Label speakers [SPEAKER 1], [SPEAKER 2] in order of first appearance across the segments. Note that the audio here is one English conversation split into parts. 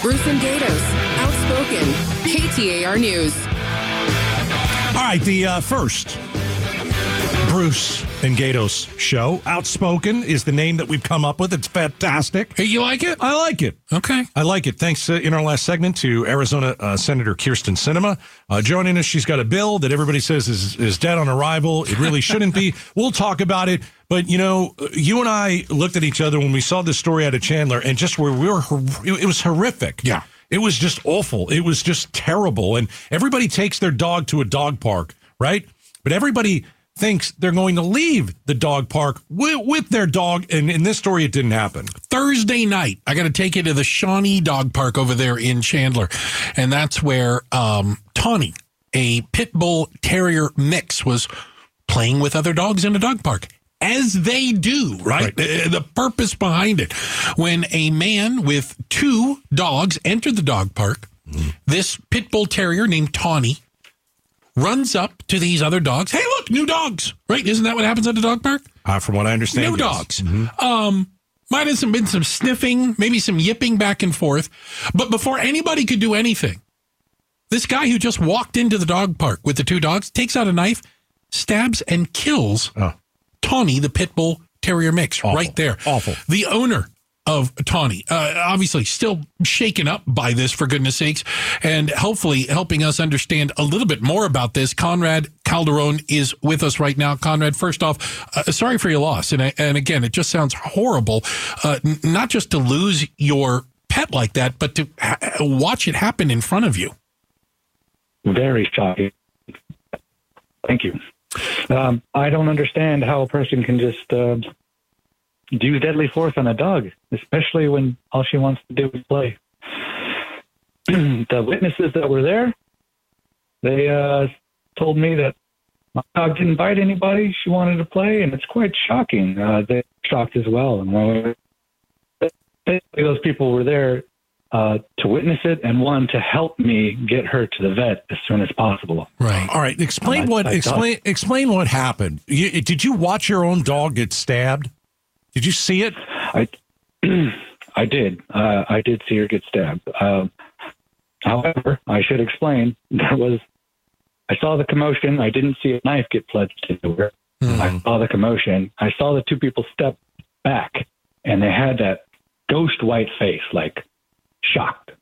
[SPEAKER 1] Bruce and Gatos, Outspoken, KTAR News.
[SPEAKER 2] All right, the uh, first Bruce and Gatos show. Outspoken is the name that we've come up with. It's fantastic.
[SPEAKER 3] Hey, you like it?
[SPEAKER 2] I like it.
[SPEAKER 3] Okay.
[SPEAKER 2] I like it. Thanks uh, in our last segment to Arizona uh, Senator Kirsten Cinema uh, joining us. She's got a bill that everybody says is is dead on arrival. It really shouldn't be. We'll talk about it. But you know, uh, you and I looked at each other when we saw this story out of Chandler, and just where we were, it was horrific.
[SPEAKER 3] Yeah.
[SPEAKER 2] It was just awful. It was just terrible. And everybody takes their dog to a dog park, right? But everybody thinks they're going to leave the dog park with, with their dog. And in this story, it didn't happen.
[SPEAKER 3] Thursday night, I got to take you to the Shawnee Dog Park over there in Chandler. And that's where um, Tawny, a pit bull terrier mix, was playing with other dogs in a dog park. As they do, right? The, the purpose behind it. When a man with two dogs entered the dog park, this pit bull terrier named Tawny runs up to these other dogs. Hey, look, new dogs, right? Isn't that what happens at a dog park?
[SPEAKER 2] Uh, from what I understand,
[SPEAKER 3] New
[SPEAKER 2] yes.
[SPEAKER 3] dogs. Um, might have some- been some sniffing, maybe some yipping back and forth. But before anybody could do anything, this guy who just walked into the dog park with the two dogs takes out a knife, stabs and kills
[SPEAKER 2] Oh.
[SPEAKER 3] Tawny, the pit bull terrier mix,
[SPEAKER 2] Awful.
[SPEAKER 3] right there.
[SPEAKER 2] Awful.
[SPEAKER 3] The owner of Tawny, uh, obviously still shaken up by this, for goodness sakes, and hopefully helping us understand a little bit more about this. Conrad Calderon is with us right now. Conrad, first off, uh, sorry for your loss. And, I- and again, it just sounds horrible, uh, n- not just to lose your pet like that, but to ha- watch it happen in front of you.
[SPEAKER 4] Very shocking. Thank you. Um, I don't understand how a person can just uh, do deadly force on a dog, especially when all she wants to do is play. the witnesses that were there, they uh, told me that my dog didn't bite anybody. She wanted to play, and it's quite shocking. Uh, they're shocked as well. And when we basically those people were there uh, to witness it, and one to help me get her to the vet as soon as possible.
[SPEAKER 3] Right.
[SPEAKER 2] All right, explain
[SPEAKER 4] I-
[SPEAKER 2] what
[SPEAKER 4] I thought-
[SPEAKER 2] explain explain what happened. You, did you watch your own dog get stabbed? Did you see it?
[SPEAKER 4] I, I did. Uh, I did see her get stabbed. Um, however, I should explain there was. I saw the commotion. I didn't see a knife get plunged into her.
[SPEAKER 2] Hmm.
[SPEAKER 4] I saw the commotion. I saw the two people step back, and they had that ghost white face, like shocked.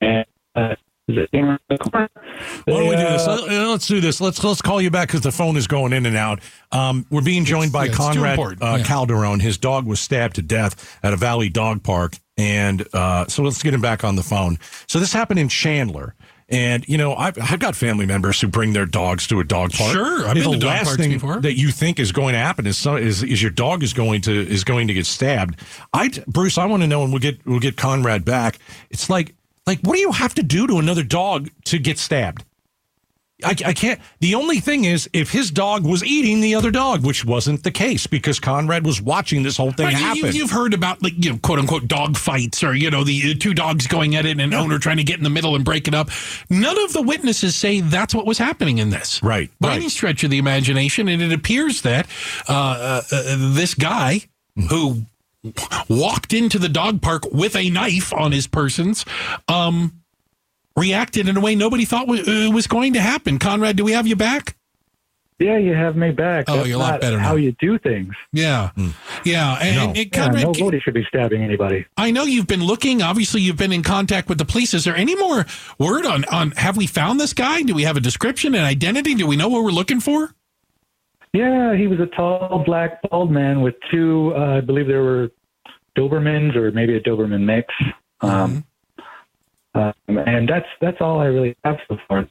[SPEAKER 4] And uh, they came around the corner.
[SPEAKER 2] Why don't we do
[SPEAKER 4] They,
[SPEAKER 2] this?
[SPEAKER 4] uh,
[SPEAKER 2] Let- Let's do this. Let's let's call you back because the phone is going in and out. Um, we're being joined by
[SPEAKER 3] yeah, it's too
[SPEAKER 2] Conrad
[SPEAKER 3] important.
[SPEAKER 2] uh,
[SPEAKER 3] Yeah.
[SPEAKER 2] Calderon. His dog was stabbed to death at a Valley Dog Park, and uh, so let's get him back on the phone. So this happened in Chandler. And you know, I've, I've got family members who bring their dogs to a dog park.
[SPEAKER 3] Sure, I've
[SPEAKER 2] If
[SPEAKER 3] been
[SPEAKER 2] the
[SPEAKER 3] to dog
[SPEAKER 2] last
[SPEAKER 3] parks
[SPEAKER 2] thing
[SPEAKER 3] before.
[SPEAKER 2] that you think is going to happen is some, is is your dog is going to is going to get stabbed. I Bruce, I want to know, and we'll get we'll get Conrad back. It's like like what do you have to do to another dog to get stabbed? I, I can't. The only thing is, if his dog was eating the other dog, which wasn't the case because Conrad was watching this whole thing
[SPEAKER 3] Right, you-
[SPEAKER 2] happen.
[SPEAKER 3] You, have heard about like you know, quote unquote dog fights or you know the uh, two dogs going at it and an owner trying to get in the middle and break it up. None of the witnesses say that's what was happening in this.
[SPEAKER 2] Right,
[SPEAKER 3] By
[SPEAKER 2] right.
[SPEAKER 3] any stretch of the imagination, and it appears that uh, uh, uh, this guy who walked into the dog park with a knife on his persons um, reacted in a way nobody thought wa- uh, was going to happen. Conrad, do we have you back?
[SPEAKER 4] Yeah, you have me back.
[SPEAKER 3] Oh,
[SPEAKER 4] That's
[SPEAKER 3] you're a lot
[SPEAKER 4] not
[SPEAKER 3] better now.
[SPEAKER 4] How you do things?
[SPEAKER 3] Yeah, yeah, and,
[SPEAKER 2] No.
[SPEAKER 3] and
[SPEAKER 4] Yeah,
[SPEAKER 3] Conrad,
[SPEAKER 4] nobody should be stabbing anybody.
[SPEAKER 3] I know you've been looking. Obviously, you've been in contact with the police. Is there any more word on on have we found this guy? Do we have a description and identity? Do we know what we're looking for?
[SPEAKER 4] Yeah, he was a tall, black, bald man with two, uh, I believe there were Dobermans or maybe a Doberman mix. Um,
[SPEAKER 3] Mm-hmm.
[SPEAKER 4] um, and that's that's all I really have so far.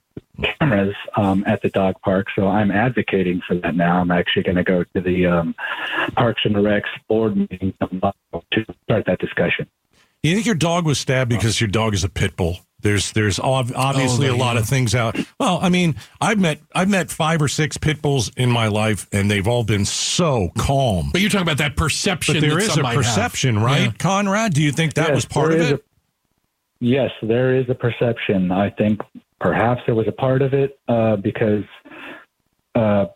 [SPEAKER 4] Cameras um, at the dog park, so I'm advocating for that now. I'm actually going to go to the um, Parks and Recs board meeting tomorrow to start that discussion.
[SPEAKER 2] you think your dog was stabbed because your dog is a pit bull? There's there's ob- obviously
[SPEAKER 3] Oh,
[SPEAKER 2] a lot
[SPEAKER 3] yeah.
[SPEAKER 2] of things out. Well, I mean, I've met I've met five or six pit bulls in my life, and they've all been so calm.
[SPEAKER 3] But you're talking about that perception.
[SPEAKER 2] But there
[SPEAKER 3] that
[SPEAKER 2] is
[SPEAKER 3] some
[SPEAKER 2] a
[SPEAKER 3] might have.
[SPEAKER 2] perception, right,
[SPEAKER 3] Yeah.
[SPEAKER 2] Conrad? Do you think that
[SPEAKER 4] Yes,
[SPEAKER 2] was part of
[SPEAKER 4] there is
[SPEAKER 2] it?
[SPEAKER 4] a- yes, there is a perception. I think perhaps there was a part of it uh, because uh,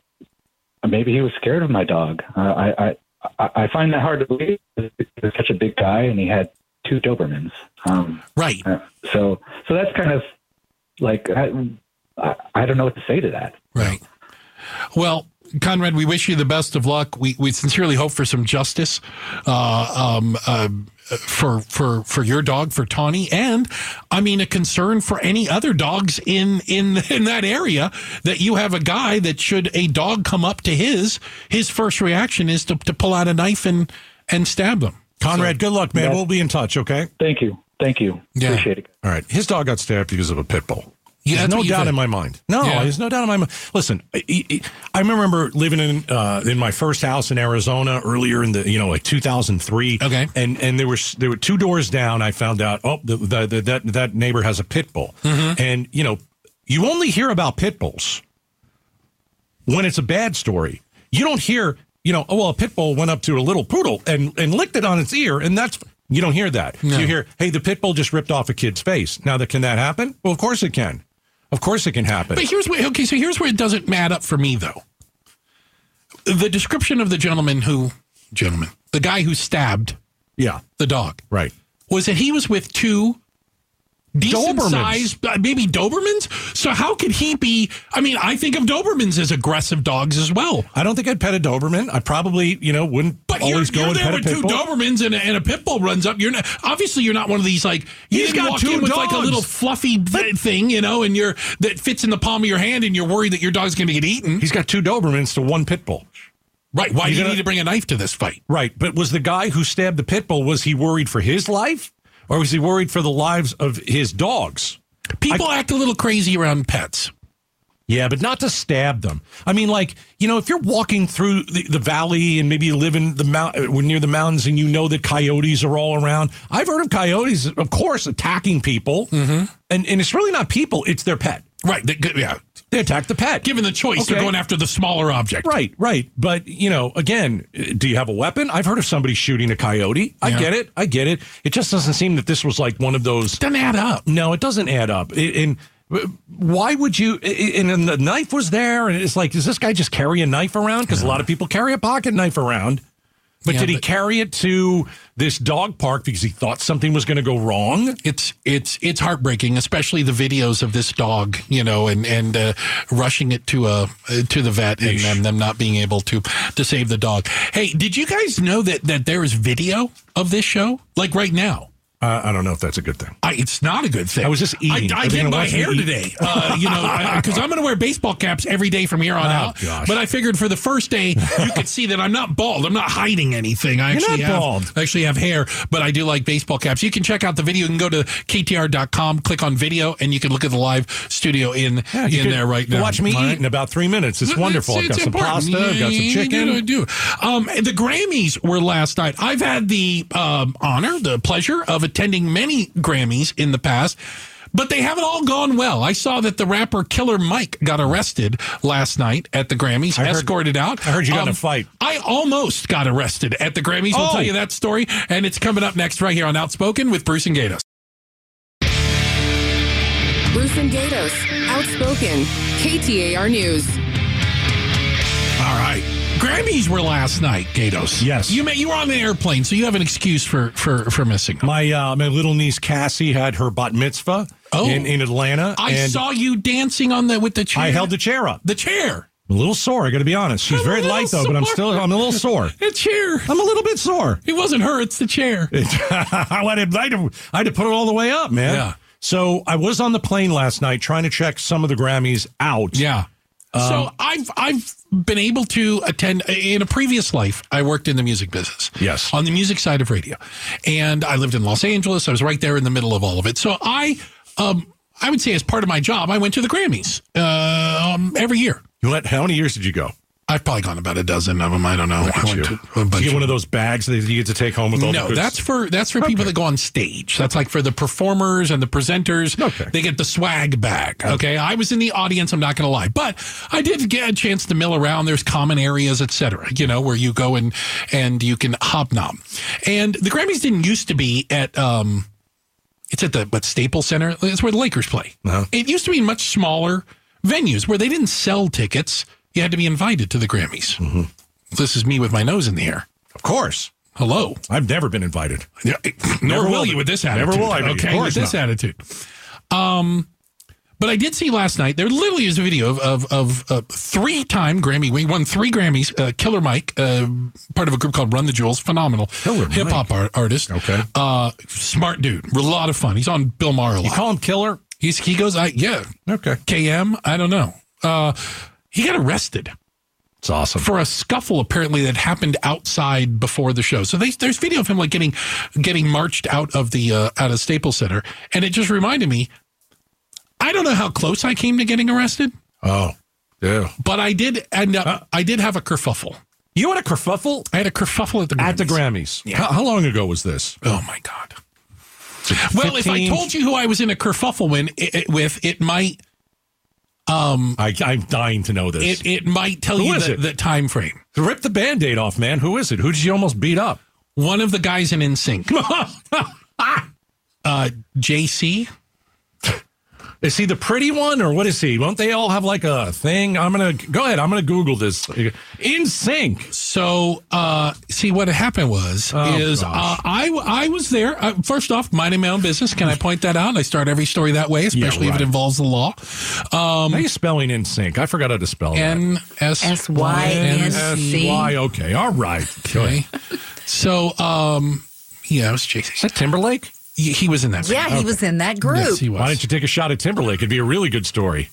[SPEAKER 4] maybe he was scared of my dog. Uh, I, I I I find that hard to believe. because He was such a big guy, and he had two Dobermans. Um,
[SPEAKER 3] Right.
[SPEAKER 4] uh, so, so that's kind of like I, I, I don't know what to say to that.
[SPEAKER 3] Right. Well, Conrad, we wish you the best of luck. We we sincerely hope for some justice uh, um, uh, for for for your dog, for Tawny, and I mean a concern for any other dogs in in in that area. That you have a guy that should a dog come up to his, his first reaction is to to pull out a knife and and stab them.
[SPEAKER 2] Conrad, good luck, man.
[SPEAKER 4] Yeah.
[SPEAKER 2] We'll be in touch, okay?
[SPEAKER 4] Thank you, thank you,
[SPEAKER 3] Yeah.
[SPEAKER 4] appreciate it.
[SPEAKER 2] All right. His dog got stabbed because of a pit bull.
[SPEAKER 3] Yeah,
[SPEAKER 2] there's
[SPEAKER 3] that's
[SPEAKER 2] no
[SPEAKER 3] what you
[SPEAKER 2] doubt
[SPEAKER 3] said.
[SPEAKER 2] in my mind. No,
[SPEAKER 3] Yeah.
[SPEAKER 2] there's no doubt in my mind. Listen, I, I- I remember living in uh, in my first house in Arizona earlier in the you know like 2003.
[SPEAKER 3] Okay.
[SPEAKER 2] and and there was there were two doors down. I found out oh the, the, the, that that neighbor has a pit bull,
[SPEAKER 3] Mm-hmm.
[SPEAKER 2] and you know you only hear about pit bulls when it's a bad story. You don't hear, you know, oh, well, a pit bull went up to a little poodle and, and licked it on its ear, and that's you don't hear that. You hear, hey, the pit bull just ripped off a kid's face. Now that can that happen? Well, of course it can. Of course it can happen.
[SPEAKER 3] But here's where okay, so here's where it doesn't add up for me though. The description of the gentleman who gentleman, the guy who stabbed
[SPEAKER 2] yeah,
[SPEAKER 3] the dog
[SPEAKER 2] right.
[SPEAKER 3] was that he was with two decent
[SPEAKER 2] Dobermans.
[SPEAKER 3] sized uh, maybe Dobermans. So how could he be? I mean, I think of Dobermans as aggressive dogs as well.
[SPEAKER 2] I don't think I'd pet a Doberman. I probably, you know, wouldn't
[SPEAKER 3] But you're,
[SPEAKER 2] always go
[SPEAKER 3] you're
[SPEAKER 2] and
[SPEAKER 3] there
[SPEAKER 2] pet a
[SPEAKER 3] with
[SPEAKER 2] pit
[SPEAKER 3] two
[SPEAKER 2] bull.
[SPEAKER 3] Dobermans and a, and a pit bull runs up. You're not obviously you're not one of these like you
[SPEAKER 2] He's
[SPEAKER 3] didn't
[SPEAKER 2] got
[SPEAKER 3] walk
[SPEAKER 2] two
[SPEAKER 3] in with like a
[SPEAKER 2] dogs.
[SPEAKER 3] little fluffy th- thing, you know, and you're that fits in the palm of your hand, and you're worried that your dog's going to get eaten.
[SPEAKER 2] He's got two Dobermans to one pit bull.
[SPEAKER 3] Right? Why do you
[SPEAKER 2] gonna-
[SPEAKER 3] need to bring a knife to this fight?
[SPEAKER 2] Right, but was the guy who stabbed the pit bull was he worried for his life or was he worried for the lives of his dogs?
[SPEAKER 3] People act a little crazy around pets.
[SPEAKER 2] Yeah, but not to stab them. I mean, like you know, if you're walking through the, the valley and maybe you live in the mount uh, near the mountains and you know that coyotes are all around. I've heard of coyotes, of course, attacking people, mm-hmm. and and it's really not people; it's their pet.
[SPEAKER 3] Right. They, yeah.
[SPEAKER 2] They attack the pet.
[SPEAKER 3] Given the choice, they're
[SPEAKER 2] Okay.
[SPEAKER 3] going after the smaller object.
[SPEAKER 2] Right, right. But, you know, again, uh, do you have a weapon? I've heard of somebody shooting a coyote. I
[SPEAKER 3] Yeah.
[SPEAKER 2] get it. I get it. It just doesn't seem that this was like one of those
[SPEAKER 3] Doesn't add up.
[SPEAKER 2] No, it doesn't add up. I- And why would you? i- i- And, then the knife was there, and it's like, does this guy just carry a knife around? Because a lot of people carry a pocket knife around. But
[SPEAKER 3] Yeah,
[SPEAKER 2] did he
[SPEAKER 3] but-
[SPEAKER 2] carry it to this dog park because he thought something was going to go wrong?
[SPEAKER 3] it's it's it's heartbreaking, especially the videos of this dog, you know, and and uh, rushing it to a uh, to the vet and them, them not being able to to save the dog. Hey, did you guys know that that there is video of this show like right now?
[SPEAKER 2] Uh, I don't know if that's a good thing.
[SPEAKER 3] I, it's not a good thing.
[SPEAKER 2] I was just eating.
[SPEAKER 3] I, I
[SPEAKER 2] Are they
[SPEAKER 3] did
[SPEAKER 2] gonna
[SPEAKER 3] my
[SPEAKER 2] watch me
[SPEAKER 3] hair
[SPEAKER 2] eat?
[SPEAKER 3] today, uh, you know, because I'm going to wear baseball caps every day from here on out.
[SPEAKER 2] Oh, gosh.
[SPEAKER 3] But I figured for the first day, you could see that I'm not bald. I'm not hiding anything. I
[SPEAKER 2] You're
[SPEAKER 3] actually
[SPEAKER 2] not
[SPEAKER 3] have,
[SPEAKER 2] bald.
[SPEAKER 3] I actually have hair, but I do like baseball caps. You can check out the video. You can go to ktr.com, click on video, and you can look at the live studio in
[SPEAKER 2] Yeah,
[SPEAKER 3] in
[SPEAKER 2] you could
[SPEAKER 3] there right now.
[SPEAKER 2] Watch me
[SPEAKER 3] All right?
[SPEAKER 2] eat in about three minutes. It's
[SPEAKER 3] It's-
[SPEAKER 2] wonderful. I've
[SPEAKER 3] it's-
[SPEAKER 2] got
[SPEAKER 3] it's
[SPEAKER 2] some
[SPEAKER 3] important.
[SPEAKER 2] pasta. I've got some
[SPEAKER 3] Yeah, I
[SPEAKER 2] chicken.
[SPEAKER 3] do. Um, the Grammys were last night. I've had the um, honor, the pleasure of attending many Grammys in the past. But they haven't all gone well. I saw that the rapper Killer Mike got arrested last night at the Grammys,
[SPEAKER 2] heard-
[SPEAKER 3] escorted out. Um,
[SPEAKER 2] I heard you got in a fight.
[SPEAKER 3] I almost got arrested at the Grammys. We'll
[SPEAKER 2] Oh.
[SPEAKER 3] tell you that story, and it's coming up next right here on Outspoken with Bruce and Gatos.
[SPEAKER 1] Bruce and Gatos, Outspoken, KTAR News.
[SPEAKER 3] All right. Grammys were last night, Gatos.
[SPEAKER 2] Yes.
[SPEAKER 3] You may, you were on the airplane, so you have an excuse for for for missing. them.
[SPEAKER 2] My uh, my little niece Cassie had her bat mitzvah
[SPEAKER 3] Oh.
[SPEAKER 2] in, in Atlanta.
[SPEAKER 3] I
[SPEAKER 2] and
[SPEAKER 3] saw you dancing on the with the chair.
[SPEAKER 2] I held the chair up.
[SPEAKER 3] the chair.
[SPEAKER 2] I'm a little sore. I got to be honest. She's
[SPEAKER 3] I'm a
[SPEAKER 2] very
[SPEAKER 3] little
[SPEAKER 2] light though, but I'm
[SPEAKER 3] sore.
[SPEAKER 2] still I'm a little sore.
[SPEAKER 3] The chair.
[SPEAKER 2] I'm a little bit sore.
[SPEAKER 3] It wasn't her. It's the chair.
[SPEAKER 2] I had, to, I, had to, I had to put it all the way up, man.
[SPEAKER 3] Yeah.
[SPEAKER 2] So I was on the plane last night trying to check some of the Grammys out.
[SPEAKER 3] Yeah. so
[SPEAKER 2] Um,
[SPEAKER 3] I've I've been able to attend in a previous life. I worked in the music business.
[SPEAKER 2] Yes.
[SPEAKER 3] On the music side of radio, and I lived in Los Angeles. I was right there in the middle of all of it. So I um I would say as part of my job, I went to the Grammys um, every year.
[SPEAKER 2] You went, how many years did you go?
[SPEAKER 3] I've probably gone about a dozen of them. I don't know. I went
[SPEAKER 2] Did
[SPEAKER 3] to a
[SPEAKER 2] you
[SPEAKER 3] bunch
[SPEAKER 2] get
[SPEAKER 3] of
[SPEAKER 2] one of those bags that you get to take home with all the
[SPEAKER 3] No,
[SPEAKER 2] good
[SPEAKER 3] that's for that's for people that go on stage. That's like for the performers and the presenters.
[SPEAKER 2] Okay.
[SPEAKER 3] They get the swag bag. Okay. I was in the audience, I'm not gonna lie. But I did get a chance to mill around. There's common areas, et cetera, you know, where you go and and you can hobnob. And the Grammys didn't used to be at um it's at the what Staples Center. It's where the Lakers play.
[SPEAKER 2] Uh-huh.
[SPEAKER 3] It used to be much smaller venues where they didn't sell
[SPEAKER 2] Mm-hmm.
[SPEAKER 3] tickets. You had to be invited to the Grammys. This is me with my nose in the air.
[SPEAKER 2] Of course.
[SPEAKER 3] Hello.
[SPEAKER 2] I've never been invited.
[SPEAKER 3] Yeah, Nor
[SPEAKER 2] Never
[SPEAKER 3] will,
[SPEAKER 2] will
[SPEAKER 3] you
[SPEAKER 2] be.
[SPEAKER 3] with this
[SPEAKER 2] Never
[SPEAKER 3] attitude.
[SPEAKER 2] will I be. Of
[SPEAKER 3] Okay,
[SPEAKER 2] course
[SPEAKER 3] with this attitude. Um, but I did see last night. There literally is a video of of, of uh, three time Grammy. We won three Grammys. Uh, Killer Mike, uh, part of a group called Run the Jewels, phenomenal
[SPEAKER 2] Killer
[SPEAKER 3] hip hop art, artist.
[SPEAKER 2] Okay.
[SPEAKER 3] uh, smart dude, a lot of fun. He's on Bill Maher a lot.
[SPEAKER 2] You call him killer?
[SPEAKER 3] He's, he goes, I yeah,
[SPEAKER 2] Okay.
[SPEAKER 3] KM. I don't know. Uh, he got arrested
[SPEAKER 2] It's awesome.
[SPEAKER 3] for a scuffle apparently that happened outside before the show. So they, there's video of him like getting getting marched out of the uh, out of Staples Center, and it just reminded me. I don't know how close I came to getting arrested,
[SPEAKER 2] Oh, yeah.
[SPEAKER 3] but I did end up. I did have a kerfuffle.
[SPEAKER 2] You had a kerfuffle
[SPEAKER 3] I had a kerfuffle at the
[SPEAKER 2] at the
[SPEAKER 3] Grammys.
[SPEAKER 2] Grammys. How, how long ago was this?
[SPEAKER 3] Oh my god! Well, if I
[SPEAKER 2] 15?
[SPEAKER 3] told you who I was in a kerfuffle when, it, it- with, it might
[SPEAKER 2] I, I'm dying to know this.
[SPEAKER 3] it, it might tell
[SPEAKER 2] Who
[SPEAKER 3] you
[SPEAKER 2] is
[SPEAKER 3] the,
[SPEAKER 2] it?
[SPEAKER 3] the time frame.
[SPEAKER 2] Rip the band aid off, man. Who is it? Who did you almost beat up?
[SPEAKER 3] One of the guys in NSYNC, uh, JC.
[SPEAKER 2] Is he the pretty one or what is he? Won't they all have like a thing? I'm gonna go ahead. I'm gonna Google this. In sync.
[SPEAKER 3] So, uh, see, what happened was
[SPEAKER 2] Oh,
[SPEAKER 3] is uh,
[SPEAKER 2] gosh. Mm.
[SPEAKER 3] I w- I was there. Uh, first off, minding my own business. Can I point that out? I start every story that way, especially if
[SPEAKER 2] right.
[SPEAKER 3] it involves the law.
[SPEAKER 2] How are you spelling in sync? I forgot how to spell that.
[SPEAKER 3] N S
[SPEAKER 1] S Y N C.
[SPEAKER 2] Why? Okay. All right. Go ahead.
[SPEAKER 3] Okay. So, um, yeah, it was
[SPEAKER 2] Is
[SPEAKER 3] JC.
[SPEAKER 2] that Timberlake?
[SPEAKER 3] He, he was in that.
[SPEAKER 5] Yeah, he was in that group.
[SPEAKER 3] Oh. Yes, he
[SPEAKER 2] Why
[SPEAKER 3] was.
[SPEAKER 2] don't you take a shot at Timberlake? It'd be a really good story.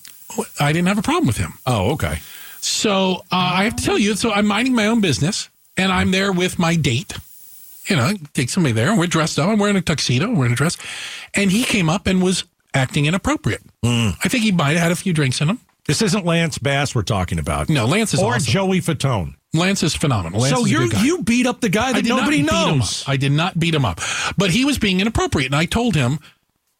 [SPEAKER 3] I didn't have a problem with him.
[SPEAKER 2] Oh, okay.
[SPEAKER 3] So uh, I have to tell you, so I'm minding my own business, and I'm there with my date. You know, take somebody there, and we're dressed up. I'm wearing a tuxedo, we're in a dress, and he came up and was acting inappropriate.
[SPEAKER 2] Mm.
[SPEAKER 3] I think he might have had a few drinks in him.
[SPEAKER 2] This isn't Lance Bass we're talking about.
[SPEAKER 3] No, Lance is
[SPEAKER 2] or
[SPEAKER 3] awesome.
[SPEAKER 2] Joey Fatone.
[SPEAKER 3] Lance is phenomenal. Lance
[SPEAKER 2] so
[SPEAKER 3] is a
[SPEAKER 2] you
[SPEAKER 3] good guy.
[SPEAKER 2] you beat up the guy that
[SPEAKER 3] did not
[SPEAKER 2] nobody
[SPEAKER 3] beat him
[SPEAKER 2] knows.
[SPEAKER 3] up. I did not beat him up, but he was being inappropriate, and I told him,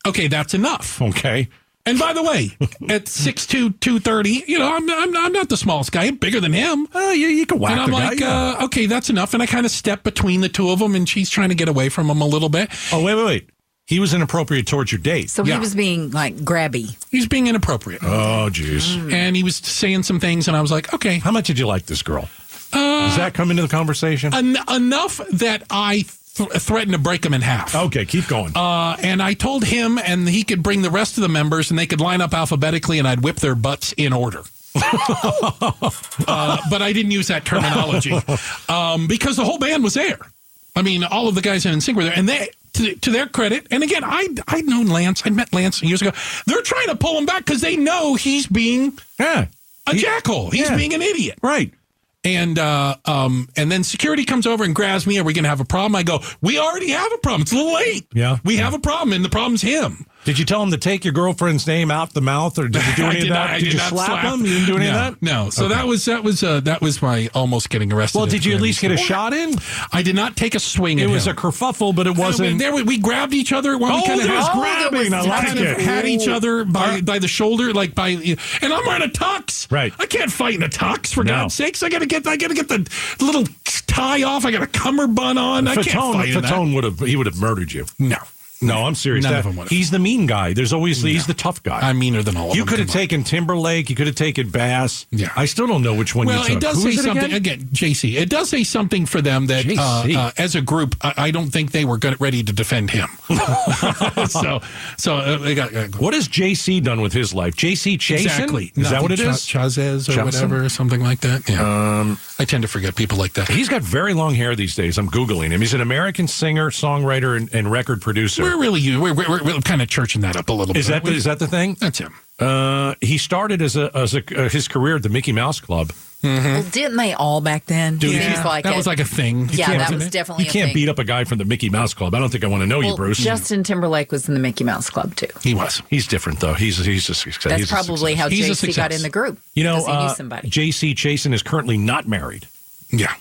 [SPEAKER 3] "Okay, that's enough."
[SPEAKER 2] Okay.
[SPEAKER 3] And by the way, at 6'2", 230, you know, I'm, I'm, I'm not the smallest guy. I'm bigger than him.
[SPEAKER 2] Oh, yeah, you can whack
[SPEAKER 3] And I'm
[SPEAKER 2] the guy,
[SPEAKER 3] like,
[SPEAKER 2] yeah.
[SPEAKER 3] uh, okay, that's enough. And I kind of step between the two of them, and she's trying to get away from him a little bit.
[SPEAKER 2] oh, wait, wait, wait. He was inappropriate towards your date.
[SPEAKER 5] So
[SPEAKER 3] Yeah.
[SPEAKER 5] he was being like grabby.
[SPEAKER 3] He's being inappropriate,
[SPEAKER 2] Oh, jeez.
[SPEAKER 3] and he was saying some things, and I was like, okay,
[SPEAKER 2] How much did you like this girl?
[SPEAKER 3] Uh,
[SPEAKER 2] Does that come into the conversation?
[SPEAKER 3] en- enough that I th- threatened to break him in half.
[SPEAKER 2] okay, keep going.
[SPEAKER 3] Uh, and I told him, and he could bring the rest of the members, and they could line up alphabetically, and I'd whip their butts in order. uh, but I didn't use that terminology um, because the whole band was there. I mean, all of the guys in NSYNC were there, and they, to, to their credit, and again, I I'd known Lance, I met Lance years ago. They're trying to pull him back because they know he's being
[SPEAKER 2] yeah,
[SPEAKER 3] a jackal. He's
[SPEAKER 2] yeah.
[SPEAKER 3] being an idiot.
[SPEAKER 2] right.
[SPEAKER 3] And uh, um, and then security comes over and grabs me. Are we going to have a problem? I go, we already have a problem. It's late.
[SPEAKER 2] Yeah.
[SPEAKER 3] we have a problem, and the problem's him.
[SPEAKER 2] Did you tell him to take your girlfriend's name out the mouth, or did you do
[SPEAKER 3] I
[SPEAKER 2] any of
[SPEAKER 3] did
[SPEAKER 2] that?
[SPEAKER 3] not- I
[SPEAKER 2] did
[SPEAKER 3] did
[SPEAKER 2] you
[SPEAKER 3] not
[SPEAKER 2] slap, him? You didn't do any
[SPEAKER 3] no,
[SPEAKER 2] of that.
[SPEAKER 3] No. So that was that was uh, that was my almost getting arrested.
[SPEAKER 2] Well, did you at least get a
[SPEAKER 3] Grammys.
[SPEAKER 2] shot in?
[SPEAKER 3] I did not take a swing.
[SPEAKER 2] It
[SPEAKER 3] at
[SPEAKER 2] was a
[SPEAKER 3] him.
[SPEAKER 2] kerfuffle, but it
[SPEAKER 3] I mean,
[SPEAKER 2] wasn't.
[SPEAKER 3] there we, we grabbed each other. Well,
[SPEAKER 2] Oh,
[SPEAKER 3] we kind of
[SPEAKER 2] there was
[SPEAKER 3] had,
[SPEAKER 2] grabbing. I like
[SPEAKER 3] kind
[SPEAKER 2] it.
[SPEAKER 3] of had each other by, by the shoulder, like by, and I'm wearing a tux.
[SPEAKER 2] Right.
[SPEAKER 3] I can't fight in a tux for
[SPEAKER 2] No.
[SPEAKER 3] God's sakes. I gotta get, I gotta get the little tie off. I got a cummerbund on. I can't
[SPEAKER 2] Fatone,
[SPEAKER 3] fight in that.
[SPEAKER 2] Fatone would have he would have murdered you.
[SPEAKER 3] No,
[SPEAKER 2] No, I'm serious.
[SPEAKER 3] None
[SPEAKER 2] That-
[SPEAKER 3] of 'em would've.
[SPEAKER 2] he's the mean guy. There's always the, he's the tough guy.
[SPEAKER 3] I'm meaner than all of
[SPEAKER 2] you
[SPEAKER 3] them.
[SPEAKER 2] could have
[SPEAKER 3] combined.
[SPEAKER 2] taken Timberlake. You could have taken Bass.
[SPEAKER 3] Yeah.
[SPEAKER 2] I still don't know which one
[SPEAKER 3] Well,
[SPEAKER 2] you took.
[SPEAKER 3] it
[SPEAKER 2] Who
[SPEAKER 3] does say
[SPEAKER 2] is it
[SPEAKER 3] something
[SPEAKER 2] again?
[SPEAKER 3] again? JC. It does say something for them that uh,
[SPEAKER 2] JC.
[SPEAKER 3] uh, as a group, I, I don't think they were good, ready to defend him. so, so uh, they got, uh,
[SPEAKER 2] What has JC done with his life? JC Chasen?
[SPEAKER 3] Exactly.
[SPEAKER 2] Is that what it is?
[SPEAKER 3] Chazes or
[SPEAKER 2] Chazes?
[SPEAKER 3] whatever, something like that. Yeah. I tend to forget people like that.
[SPEAKER 2] He's got very long hair these days. I'm Googling him. He's an American singer, songwriter, and, and record producer.
[SPEAKER 3] We're really you. We're, we're, we're kind of churching that up a little
[SPEAKER 2] is
[SPEAKER 3] bit.
[SPEAKER 2] that the, is that the thing?
[SPEAKER 3] that's him?
[SPEAKER 2] Uh, he started as a, as a uh, his career at the Mickey Mouse Club.
[SPEAKER 5] Well, didn't they all back then?
[SPEAKER 2] Dude,
[SPEAKER 5] Seems
[SPEAKER 2] yeah.
[SPEAKER 5] like
[SPEAKER 3] that
[SPEAKER 5] it.
[SPEAKER 3] was like a thing.
[SPEAKER 5] yeah,
[SPEAKER 2] can't-
[SPEAKER 5] that was definitely
[SPEAKER 2] you
[SPEAKER 5] a
[SPEAKER 2] can't
[SPEAKER 5] thing.
[SPEAKER 2] beat up a guy from the Mickey Mouse Club. I don't think I want to know you,
[SPEAKER 5] well,
[SPEAKER 2] Bruce.
[SPEAKER 5] Justin Timberlake was in the Mickey Mouse Club too.
[SPEAKER 3] He was.
[SPEAKER 2] he's different though. He's he's a success.
[SPEAKER 5] That's
[SPEAKER 2] he's a
[SPEAKER 5] probably
[SPEAKER 2] success.
[SPEAKER 5] how
[SPEAKER 3] He's a
[SPEAKER 5] JC got
[SPEAKER 3] success.
[SPEAKER 5] in the group.
[SPEAKER 2] you know.
[SPEAKER 5] because he
[SPEAKER 2] Uh,
[SPEAKER 5] knew somebody.
[SPEAKER 2] J.C. Chasen is currently not married.
[SPEAKER 3] Yeah.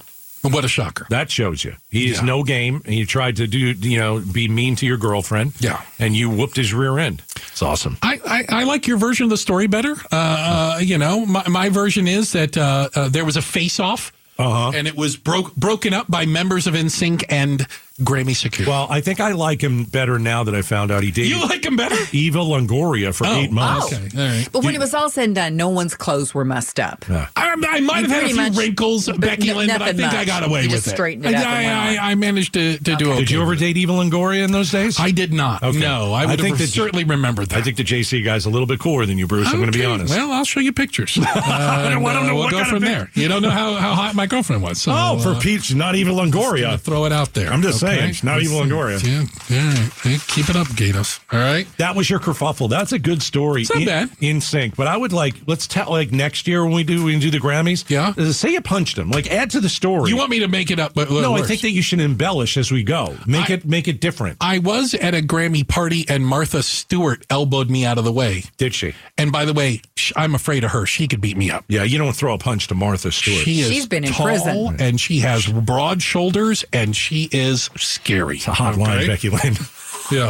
[SPEAKER 3] What a shocker.
[SPEAKER 2] That shows you he is
[SPEAKER 3] Yeah.
[SPEAKER 2] no game. And you tried to do you know be mean to your girlfriend.
[SPEAKER 3] Yeah.
[SPEAKER 2] and you whooped his rear end. It's awesome.
[SPEAKER 3] I, I, I like your version of the story better. Uh, uh, you know, my, my version is that uh, uh, there was a face off.
[SPEAKER 2] Uh-huh.
[SPEAKER 3] And it was broke broken up by members of NSYNC and Grammy secure.
[SPEAKER 2] Well, I think I like him better now that I found out he dated
[SPEAKER 3] you like him better?
[SPEAKER 2] Eva Longoria for
[SPEAKER 3] Oh,
[SPEAKER 2] eight months.
[SPEAKER 3] Okay. All right.
[SPEAKER 5] But when it was all said and done, no one's clothes were mussed up.
[SPEAKER 3] I, I might have had a
[SPEAKER 5] Pretty
[SPEAKER 3] few
[SPEAKER 5] much,
[SPEAKER 3] wrinkles,
[SPEAKER 5] but
[SPEAKER 3] Becky
[SPEAKER 5] no-
[SPEAKER 3] Lynn, but I
[SPEAKER 5] nothing
[SPEAKER 3] think I
[SPEAKER 5] much.
[SPEAKER 3] got away
[SPEAKER 5] You
[SPEAKER 3] with
[SPEAKER 5] just
[SPEAKER 3] it.
[SPEAKER 5] straightened it
[SPEAKER 3] I,
[SPEAKER 5] up and went
[SPEAKER 3] I,
[SPEAKER 5] on.
[SPEAKER 3] I, I managed to, to do okay.
[SPEAKER 2] Did you ever date Eva Longoria in those days?
[SPEAKER 3] I did not.
[SPEAKER 2] Okay.
[SPEAKER 3] No, I
[SPEAKER 2] I
[SPEAKER 3] would
[SPEAKER 2] think
[SPEAKER 3] have
[SPEAKER 2] that-
[SPEAKER 3] certainly remembered that.
[SPEAKER 2] I think the JC guy's a little bit cooler than you, Bruce. I'm going to be
[SPEAKER 3] Okay,
[SPEAKER 2] honest.
[SPEAKER 3] Well, I'll show you pictures. Uh, and,
[SPEAKER 2] want 'em to
[SPEAKER 3] uh, we'll
[SPEAKER 2] look
[SPEAKER 3] go
[SPEAKER 2] at a
[SPEAKER 3] from
[SPEAKER 2] pic-
[SPEAKER 3] there. You don't know how, how hot my girlfriend was. So,
[SPEAKER 2] oh,
[SPEAKER 3] uh,
[SPEAKER 2] for Pete's not Eva
[SPEAKER 3] gonna
[SPEAKER 2] Longoria.
[SPEAKER 3] throw it out there.
[SPEAKER 2] I'm just saying, it's not
[SPEAKER 3] Let's
[SPEAKER 2] Eva
[SPEAKER 3] see.
[SPEAKER 2] Longoria.
[SPEAKER 3] Yeah, yeah, all right. Hey, keep it up, Gatos. All right.
[SPEAKER 2] That was your kerfuffle. That's a good story.
[SPEAKER 3] not
[SPEAKER 2] in,
[SPEAKER 3] bad.
[SPEAKER 2] in sync. But I would like let's tell like next year when we do we do the Grammys.
[SPEAKER 3] Yeah.
[SPEAKER 2] uh, say you punched him. Like add to the story.
[SPEAKER 3] You want me to make it up? But
[SPEAKER 2] no, I think that you should embellish as we go. Make
[SPEAKER 3] I-
[SPEAKER 2] it make it different.
[SPEAKER 3] I was at a Grammy party and Martha Stewart elbowed me out of the way.
[SPEAKER 2] Did she?
[SPEAKER 3] And by the way, sh- I'm afraid of her. She could beat me up.
[SPEAKER 2] Yeah, you don't throw a punch to Martha Stewart.
[SPEAKER 3] She is
[SPEAKER 5] She's been in
[SPEAKER 3] tall
[SPEAKER 5] prison.
[SPEAKER 3] and she has broad shoulders and she is scary.
[SPEAKER 2] it's a hot line,
[SPEAKER 3] Okay?
[SPEAKER 2] Becky Lynn.
[SPEAKER 3] Yeah.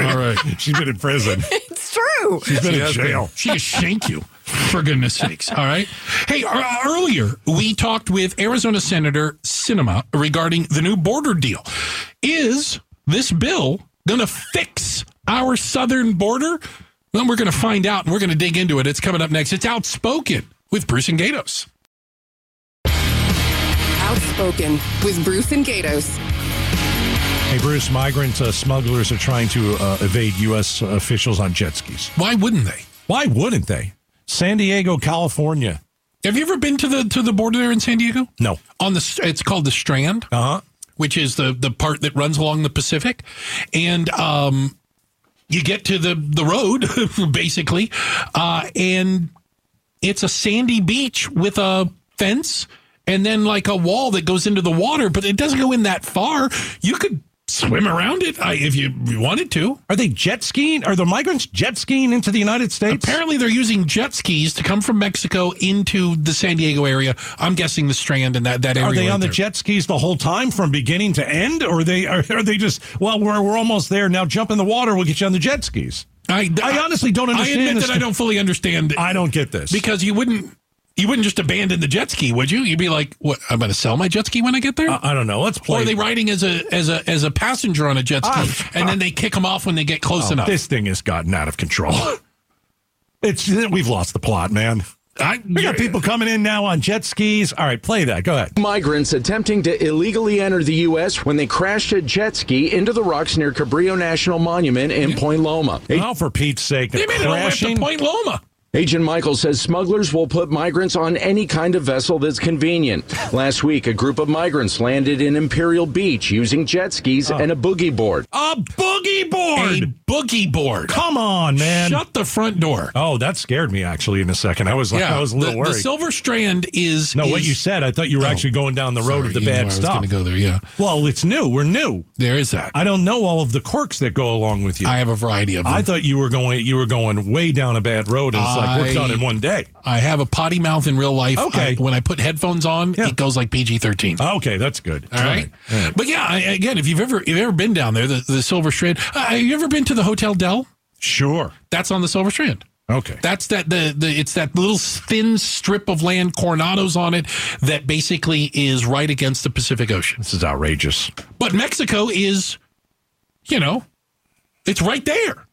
[SPEAKER 3] All right.
[SPEAKER 2] She's been in prison.
[SPEAKER 5] It's true.
[SPEAKER 2] She's been
[SPEAKER 3] She
[SPEAKER 2] in
[SPEAKER 3] has
[SPEAKER 2] jail.
[SPEAKER 3] been. She could shank you, for goodness sakes. All right. Hey, uh, earlier we talked with Arizona Senator Cinema regarding the new border deal. Is this bill going to fix our southern border? Well, we're going to find out and we're going to dig into it. It's coming up next. It's Outspoken with Bruce and Gatos.
[SPEAKER 1] Outspoken with Bruce and Gatos.
[SPEAKER 2] Hey, Bruce, migrant uh, smugglers are trying to uh, evade U.S. officials on jet skis.
[SPEAKER 3] Why wouldn't they?
[SPEAKER 2] Why wouldn't they? San Diego, California.
[SPEAKER 3] Have you ever been to the to the border there in San Diego?
[SPEAKER 2] No.
[SPEAKER 3] On the it's called the Strand.
[SPEAKER 2] Uh huh.
[SPEAKER 3] which is the the part that runs along the Pacific, and um, you get to the the road basically, uh, and it's a sandy beach with a fence and then like a wall that goes into the water, but it doesn't go in that far. You could swim around it uh, if you you wanted to.
[SPEAKER 2] Are they jet skiing? Are the migrants jet skiing into the United States?
[SPEAKER 3] Apparently, they're using jet skis to come from Mexico into the San Diego area. I'm guessing the Strand and that that area.
[SPEAKER 2] Are they
[SPEAKER 3] right
[SPEAKER 2] on the
[SPEAKER 3] there.
[SPEAKER 2] jet skis the whole time from beginning to end? Or they are, are they just, well, we're, we're almost there. Now jump in the water. We'll get you on the jet skis.
[SPEAKER 3] I,
[SPEAKER 2] I honestly don't understand
[SPEAKER 3] I admit
[SPEAKER 2] this
[SPEAKER 3] that I
[SPEAKER 2] st-
[SPEAKER 3] don't fully understand.
[SPEAKER 2] I don't get this.
[SPEAKER 3] because you wouldn't you wouldn't just abandon the jet ski, would you? You'd be like, "What? I'm going to sell my jet ski when I get there."
[SPEAKER 2] I, I don't know. Let's
[SPEAKER 3] or
[SPEAKER 2] play.
[SPEAKER 3] are they riding as a as a as a passenger on a jet ski,
[SPEAKER 2] Ah. Oh,
[SPEAKER 3] and then they kick them off when they get close enough?
[SPEAKER 2] this thing has gotten out of control. it's We've lost the plot, man.
[SPEAKER 3] I,
[SPEAKER 2] We got people coming in now on jet skis. All right, play that. Go ahead.
[SPEAKER 6] Migrants attempting to illegally enter the U.S. when they crashed a jet ski into the rocks near Cabrillo National Monument in Point Loma. A-
[SPEAKER 2] Now, for Pete's sake,
[SPEAKER 3] They made it all the way up to
[SPEAKER 2] crashing.
[SPEAKER 3] Point Loma.
[SPEAKER 6] Agent Michael says smugglers will put migrants on any kind of vessel that's convenient. Last week, a group of migrants landed in Imperial Beach using jet skis and a boogie board.
[SPEAKER 2] A boogie board.
[SPEAKER 3] A boogie board.
[SPEAKER 2] Come on, man.
[SPEAKER 3] Shut the front door.
[SPEAKER 2] Oh, that scared me actually in a second. Oh, I was like, I was a little
[SPEAKER 3] the,
[SPEAKER 2] worried.
[SPEAKER 3] The Silver Strand is
[SPEAKER 2] no, what
[SPEAKER 3] is-
[SPEAKER 2] you said, I thought you were actually going down the road
[SPEAKER 3] Sorry,
[SPEAKER 2] of the
[SPEAKER 3] you know I
[SPEAKER 2] bad
[SPEAKER 3] was
[SPEAKER 2] stuff.
[SPEAKER 3] gonna go there. Yeah,
[SPEAKER 2] Well, it's new. We're new.
[SPEAKER 3] there is that. I,
[SPEAKER 2] I don't know all of the quirks that go along with you. I,
[SPEAKER 3] have a variety of them.
[SPEAKER 2] thought you were going you were going way down a bad road and it's like
[SPEAKER 3] I-
[SPEAKER 2] we're done in one day.
[SPEAKER 3] I have a potty mouth in real life.
[SPEAKER 2] Okay.
[SPEAKER 3] I- when I put headphones on,
[SPEAKER 2] Yeah.
[SPEAKER 3] it goes like PG thirteen.
[SPEAKER 2] Okay, that's good.
[SPEAKER 3] All right. But yeah, I, again, if you've ever if you've ever been down there, the, the Silver Strand, uh, have you ever been to the Hotel Dell?
[SPEAKER 2] Sure.
[SPEAKER 3] That's on the Silver Strand.
[SPEAKER 2] Okay.
[SPEAKER 3] That's that the, the it's that little thin strip of land, Coronado's on it, that basically is right against the Pacific Ocean.
[SPEAKER 2] this is outrageous.
[SPEAKER 3] But Mexico is, you know, it's right there.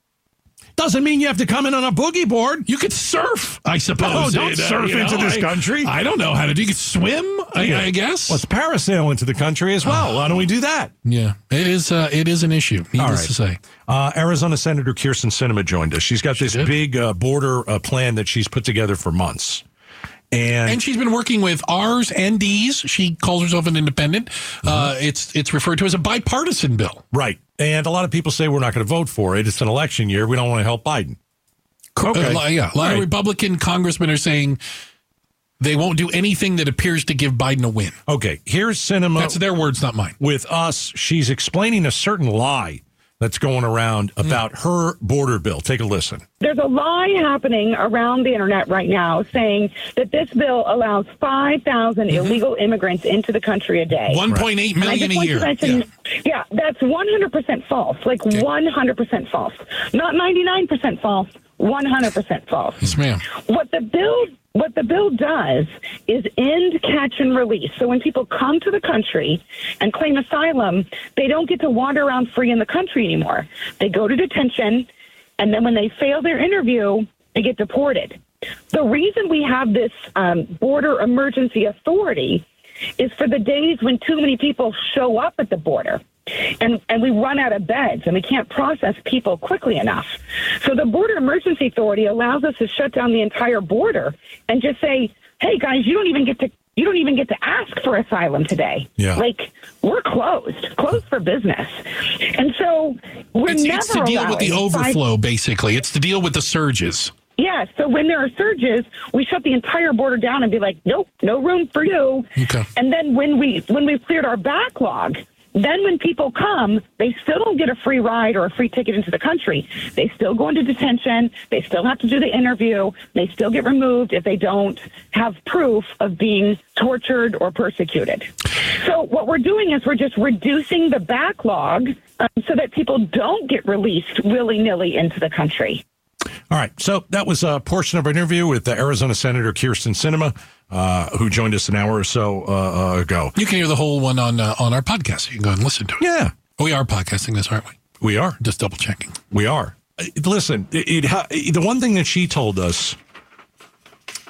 [SPEAKER 2] Doesn't mean you have to come in on a boogie board. Oh,
[SPEAKER 3] You could surf, I suppose.
[SPEAKER 2] don't
[SPEAKER 3] And,
[SPEAKER 2] surf
[SPEAKER 3] you
[SPEAKER 2] into this country.
[SPEAKER 3] I don't know how to do. You could swim,
[SPEAKER 2] Yeah.
[SPEAKER 3] I, I guess.
[SPEAKER 2] Let's parasail into the country as well. Why don't we do that?
[SPEAKER 3] yeah, it is. Uh, it is an issue. Needless
[SPEAKER 2] right.
[SPEAKER 3] to say.
[SPEAKER 2] Uh, Arizona Senator Kirsten Sinema joined us. She's got this
[SPEAKER 3] did.
[SPEAKER 2] big uh, border uh, plan that she's put together for months. And,
[SPEAKER 3] and she's been working with R's and D's. She calls herself an independent. Uh,
[SPEAKER 2] Mm-hmm.
[SPEAKER 3] it's it's referred to as a bipartisan bill.
[SPEAKER 2] right. And a lot of people say we're not going to vote for it. It's an election year. We don't want to help Biden. Okay.
[SPEAKER 3] Uh, li- yeah, a lot
[SPEAKER 2] Right.
[SPEAKER 3] of Republican congressmen are saying they won't do anything that appears to give Biden a win.
[SPEAKER 2] Okay. Here's Cinema
[SPEAKER 3] That's their words, not mine.
[SPEAKER 2] with us. She's explaining a certain lie that's going around about her border bill. Take a listen.
[SPEAKER 7] There's a lie happening around the internet right now saying that this bill allows 5,000 illegal immigrants into the country a day.
[SPEAKER 3] Mm-hmm. One point eight
[SPEAKER 7] And I
[SPEAKER 3] million
[SPEAKER 7] just
[SPEAKER 3] a
[SPEAKER 7] want
[SPEAKER 3] year.
[SPEAKER 7] to mention, yeah. that's 100% false. Like 100% false. Not 99% false. 100% false.
[SPEAKER 3] Yes, ma'am.
[SPEAKER 7] What the bill what the bill does is end catch and release. So when people come to the country and claim asylum, they don't get to wander around free in the country anymore. They go to detention and then when they fail their interview, they get deported. The reason we have this um, border emergency authority is for the days when too many people show up at the border and, and we run out of beds and we can't process people quickly enough. So the Border Emergency Authority allows us to shut down the entire border and just say, hey guys, you don't even get to you don't even get to ask for asylum today.
[SPEAKER 2] Yeah.
[SPEAKER 7] Like we're closed, closed for business. And so we're
[SPEAKER 3] It's,
[SPEAKER 7] never
[SPEAKER 3] it's to deal with the
[SPEAKER 7] allowing five-
[SPEAKER 3] overflow, basically. It's to deal with the surges.
[SPEAKER 7] yeah, so when there are surges, we shut the entire border down and be like, nope, no room for you.
[SPEAKER 3] Okay.
[SPEAKER 7] And then when we when we've cleared our backlog, then when people come, they still don't get a free ride or a free ticket into the country. They still go into detention. They still have to do the interview. They still get removed if they don't have proof of being tortured or persecuted. So what we're doing is we're just reducing the backlog um, so that people don't get released willy nilly into the country.
[SPEAKER 2] All right. So that was a portion of our interview with the Arizona Senator Kirsten Cinema, uh, who joined us an hour or so uh, uh, ago.
[SPEAKER 3] You can hear the whole one on uh, on our podcast. You can go and listen to it.
[SPEAKER 2] Yeah,
[SPEAKER 3] We are podcasting this, aren't we?
[SPEAKER 2] we are.
[SPEAKER 3] Just double checking.
[SPEAKER 2] We are. Uh, Listen, it, it, ha- the one thing that she told us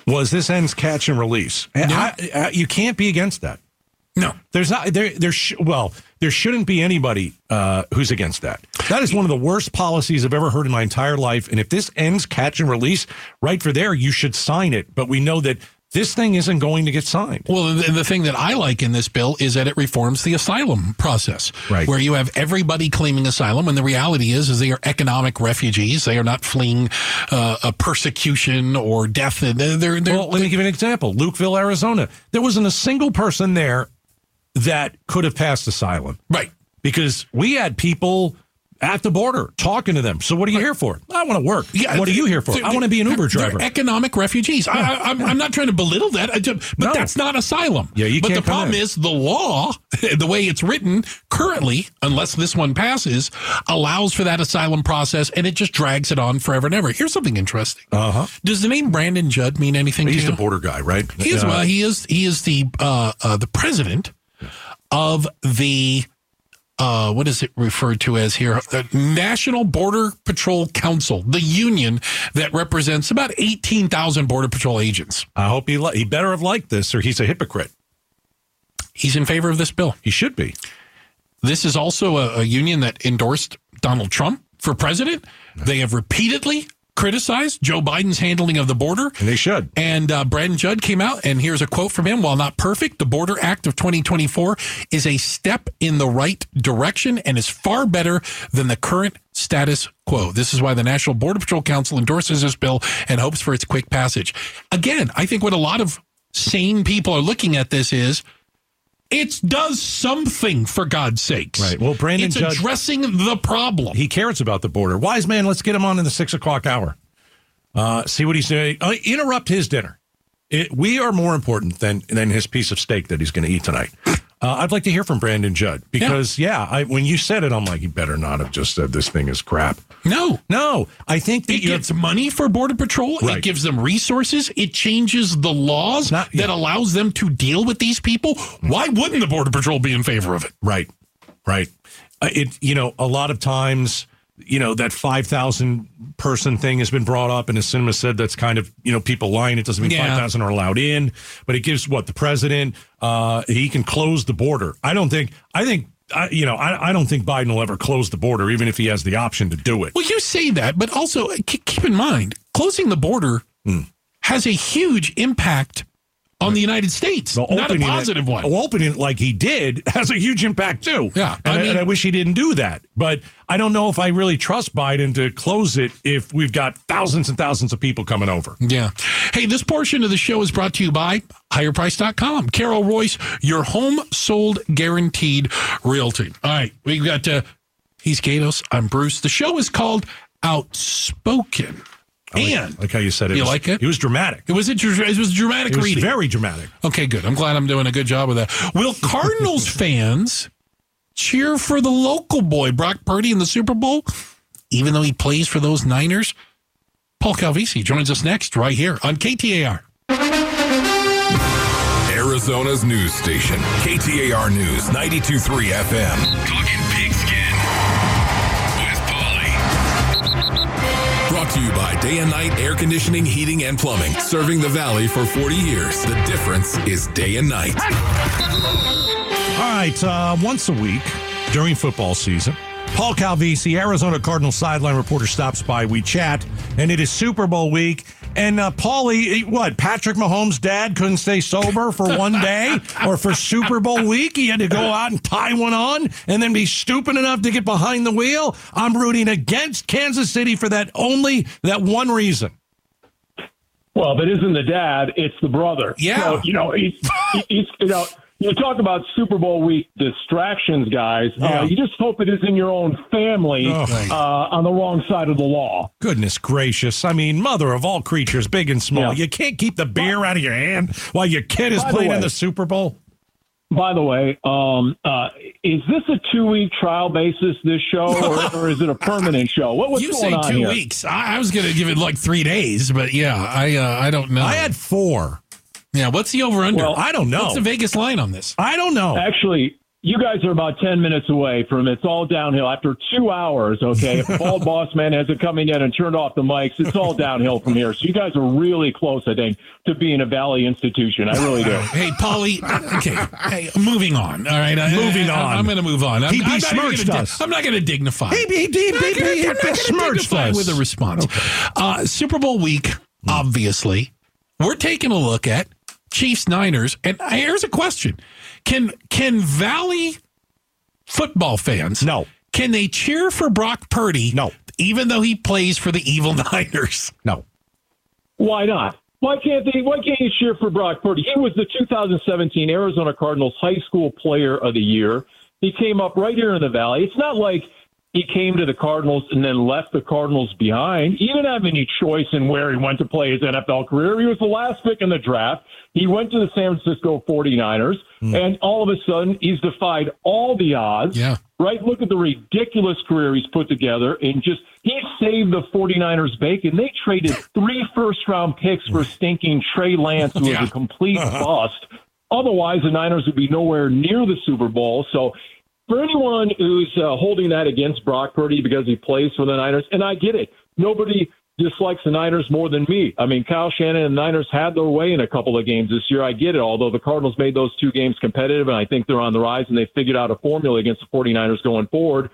[SPEAKER 2] was this ends catch and release. And I, I, you can't be against that.
[SPEAKER 3] No.
[SPEAKER 2] There's not there. There sh- well, there shouldn't be anybody uh, who's against that. That is one of the worst policies I've ever heard in my entire life. And if this ends catch and release, right for there, you should sign it. But we know that this thing isn't going to get signed.
[SPEAKER 3] Well, the, the thing that I like in this bill is that it reforms the asylum process,
[SPEAKER 2] Right.
[SPEAKER 3] where you have everybody claiming asylum, and the reality is, is they are economic refugees. They are not fleeing uh, a persecution or death. They're, they're, they're-
[SPEAKER 2] Well, let me give you an example. Lukeville, Arizona. There wasn't a single person there that could have passed asylum.
[SPEAKER 3] right.
[SPEAKER 2] because we had people at the border talking to them. So what are you here for? I want to work. what are you here for?
[SPEAKER 3] they're-
[SPEAKER 2] I want to be an Uber
[SPEAKER 3] they're
[SPEAKER 2] driver.
[SPEAKER 3] economic refugees. I, I, I'm, I'm not trying to belittle that, I ju- but
[SPEAKER 2] No.
[SPEAKER 3] that's not asylum.
[SPEAKER 2] Yeah, you
[SPEAKER 3] But
[SPEAKER 2] can't
[SPEAKER 3] the
[SPEAKER 2] come
[SPEAKER 3] problem
[SPEAKER 2] in.
[SPEAKER 3] is the law, the way it's written currently, unless this one passes, allows for that asylum process, and it just drags it on forever and ever. Here's something interesting.
[SPEAKER 2] Uh-huh.
[SPEAKER 3] Does the name Brandon Judd mean anything
[SPEAKER 2] He's
[SPEAKER 3] to
[SPEAKER 2] the
[SPEAKER 3] you?
[SPEAKER 2] border guy, right?
[SPEAKER 3] He is.
[SPEAKER 2] Uh,
[SPEAKER 3] well, he is. He is the uh, uh, the president of the uh, what is it referred to as here? The National Border Patrol Council, the union that represents about eighteen thousand border patrol agents.
[SPEAKER 2] I hope he li- he better have liked this, or he's a hypocrite.
[SPEAKER 3] He's in favor of this bill.
[SPEAKER 2] He should be.
[SPEAKER 3] This is also a, a union that endorsed Donald Trump for president. They have repeatedly criticized Joe Biden's handling of the border.
[SPEAKER 2] And they should.
[SPEAKER 3] And uh, Brandon Judd came out, and here's a quote from him. While not perfect, the Border Act of 2024 is a step in the right direction and is far better than the current status quo. This is why the National Border Patrol Council endorses this bill and hopes for its quick passage. Again, I think what a lot of sane people are looking at this is it does something for God's sakes.
[SPEAKER 2] Right. Well, Brandon
[SPEAKER 3] it's
[SPEAKER 2] Judd-
[SPEAKER 3] addressing the problem.
[SPEAKER 2] He cares about the border. Wise man, let's get him on in the six o'clock hour. Uh, see what he's doing. Uh, interrupt his dinner. It, we are more important than than his piece of steak that he's going to eat tonight. Uh, I'd like to hear from Brandon Judd because, yeah, I, when you said it, I'm like, he better not have just said this thing is crap.
[SPEAKER 3] no.
[SPEAKER 2] No, I think that
[SPEAKER 3] It
[SPEAKER 2] you have
[SPEAKER 3] gets money for Border Patrol.
[SPEAKER 2] Right.
[SPEAKER 3] It gives them resources. It changes the laws
[SPEAKER 2] Not-
[SPEAKER 3] that allows them to deal with these people. Why wouldn't the Border Patrol be in favor of it?
[SPEAKER 2] Right, right. Uh, it you know a lot of times you know that five thousand person thing has been brought up, and as cinema said, that's kind of you know people lying. It doesn't mean
[SPEAKER 3] Yeah.
[SPEAKER 2] five thousand are allowed in, but it gives what the president uh, he can close the border. I don't think I think. I, you know, I, I don't think Biden will ever close the border, even if he has the option to do it.
[SPEAKER 3] Well, you say that, but also uh, ke- keep in mind, closing the border
[SPEAKER 2] Hmm.
[SPEAKER 3] has a huge impact on the United States.
[SPEAKER 2] The
[SPEAKER 3] Not a
[SPEAKER 2] opening it-
[SPEAKER 3] positive one.
[SPEAKER 2] oh, Opening it like he did has a huge impact too.
[SPEAKER 3] Yeah,
[SPEAKER 2] and I,
[SPEAKER 3] I mean-
[SPEAKER 2] and I wish he didn't do that. But I don't know if I really trust Biden to close it if we've got thousands and thousands of people coming over.
[SPEAKER 3] Yeah. Hey, this portion of the show is brought to you by higherprice.com. Carol Royce, your home sold guaranteed realty. All right. We've got, uh, he's Gatos. I'm Bruce. The show is called Outspoken.
[SPEAKER 2] Oh,
[SPEAKER 3] and
[SPEAKER 2] Like how you said it.
[SPEAKER 3] You
[SPEAKER 2] was,
[SPEAKER 3] like it?
[SPEAKER 2] It was dramatic.
[SPEAKER 3] it was a, dr- it was a dramatic
[SPEAKER 2] It was
[SPEAKER 3] reading.
[SPEAKER 2] very dramatic.
[SPEAKER 3] okay, good. I'm glad I'm doing a good job of that. Will Cardinals fans cheer for the local boy, Brock Purdy, in the Super Bowl, even though he plays for those Niners? Paul Calvisi joins us next right here on KTAR.
[SPEAKER 8] Arizona's news station, KTAR News 92.3 FM. Talking pigskin with Paulie. Brought to you by Day and Night Air Conditioning, Heating, and Plumbing. Serving the Valley for 40 years. The difference is day and night.
[SPEAKER 2] All right, uh, once a week during football season, Paul Calvisi, Arizona Cardinal sideline reporter, stops by. We chat, and it is Super Bowl week. And uh, Paulie, eh, what? Patrick Mahomes' dad couldn't stay sober for one day, or for Super Bowl week, he had to go out and tie one on, and then be stupid enough to get behind the wheel. I'm rooting against Kansas City for that only that one reason.
[SPEAKER 9] Well, if it isn't the dad, it's the brother.
[SPEAKER 3] Yeah.
[SPEAKER 9] So, you know, he's, he's, you know, you talk about Super Bowl week distractions, guys.
[SPEAKER 2] Yeah.
[SPEAKER 9] Uh, you just hope it is in your own family
[SPEAKER 2] Oh.
[SPEAKER 9] uh, on the wrong side of the law.
[SPEAKER 2] Goodness gracious. I mean, mother of all creatures, big and small.
[SPEAKER 9] Yeah.
[SPEAKER 2] You can't keep the beer out of your hand while your kid is
[SPEAKER 9] By the
[SPEAKER 2] playing in
[SPEAKER 9] way-
[SPEAKER 2] the Super Bowl.
[SPEAKER 9] By the way, um, uh, is this a two-week trial basis? This show, or, or is it a permanent show? What was
[SPEAKER 3] you
[SPEAKER 9] going
[SPEAKER 3] say
[SPEAKER 9] on
[SPEAKER 3] two
[SPEAKER 9] here?
[SPEAKER 3] weeks. I, I was going to give it like three days, but yeah, I uh, I don't know.
[SPEAKER 2] I had four.
[SPEAKER 3] yeah, what's the over under?
[SPEAKER 2] I don't know.
[SPEAKER 3] What's the Vegas line on this?
[SPEAKER 2] I don't
[SPEAKER 3] Uh,
[SPEAKER 2] know.
[SPEAKER 9] Actually, you guys are about 10 minutes away from it's all downhill. After two hours, okay, if Paul Bossman hasn't come in yet and turned off the mics, it's all downhill from here. So you guys are really close, I think, to being a Valley institution. I really do.
[SPEAKER 3] Hey, Polly. Okay. Hey, moving on. All right. I-
[SPEAKER 2] Moving
[SPEAKER 3] I-
[SPEAKER 2] on.
[SPEAKER 3] I'm going to move on. I'm,
[SPEAKER 2] He
[SPEAKER 3] I'm not even
[SPEAKER 2] besmirched
[SPEAKER 3] gonna
[SPEAKER 2] us.
[SPEAKER 3] I'm not going to dignify.
[SPEAKER 2] He, he, he,
[SPEAKER 3] I'm not
[SPEAKER 2] he,
[SPEAKER 3] gonna-
[SPEAKER 2] he,
[SPEAKER 3] I'm not gonna
[SPEAKER 2] besmirched
[SPEAKER 3] dignify
[SPEAKER 2] us.
[SPEAKER 3] with a response. Uh, Super Bowl week, obviously, we're taking a look at Chiefs Niners, and here's a question: Can can Valley football fans
[SPEAKER 2] No.
[SPEAKER 3] Can they cheer for Brock Purdy?
[SPEAKER 2] No.
[SPEAKER 3] even though he plays for the evil Niners.
[SPEAKER 2] No.
[SPEAKER 9] Why not? Why can't they? Why can't you cheer for Brock Purdy? He was the 2017 Arizona Cardinals High School Player of the Year. He came up right here in the Valley. It's not like he came to the Cardinals and then left the Cardinals behind. He didn't have any choice in where he went to play his NFL career. He was the last pick in the draft. He went to the San Francisco 49ers, and all of a sudden, he's defied all the odds
[SPEAKER 3] Yeah.
[SPEAKER 9] right? Look at the ridiculous career he's put together and just he saved the 49ers bacon. They traded three first round picks for stinking Trey Lance, who
[SPEAKER 3] Yeah. Uh-huh.
[SPEAKER 9] was a complete bust. Otherwise, the Niners would be nowhere near the Super Bowl. So, for anyone who's uh, holding that against Brock Purdy because he plays for the Niners, and I get it, nobody dislikes the Niners more than me. I mean, Kyle Shannon and the Niners had their way in a couple of games this year. I get it, although the Cardinals made those two games competitive, and I think they're on the rise, and they figured out a formula against the 49ers going forward.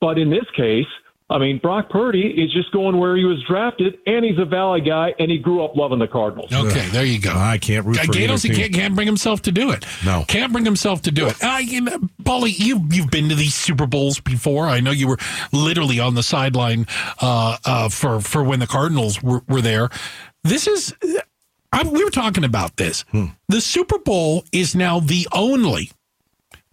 [SPEAKER 9] But in this case, I mean, Brock Purdy is just going where he was drafted, and he's a Valley guy, and he grew up loving the Cardinals.
[SPEAKER 3] Okay, there you go.
[SPEAKER 2] I can't root
[SPEAKER 3] Uh,
[SPEAKER 2] for either
[SPEAKER 3] Gatos he
[SPEAKER 2] team.
[SPEAKER 3] can't, can't bring himself to do it.
[SPEAKER 2] No.
[SPEAKER 3] can't bring himself to do it. I, you know, Paulie, you you've been to these Super Bowls before. I know you were literally on the sideline uh, uh, for for when the Cardinals were, were there. This is. uh, I, we were talking about this.
[SPEAKER 2] Hmm.
[SPEAKER 3] The Super Bowl is now the only,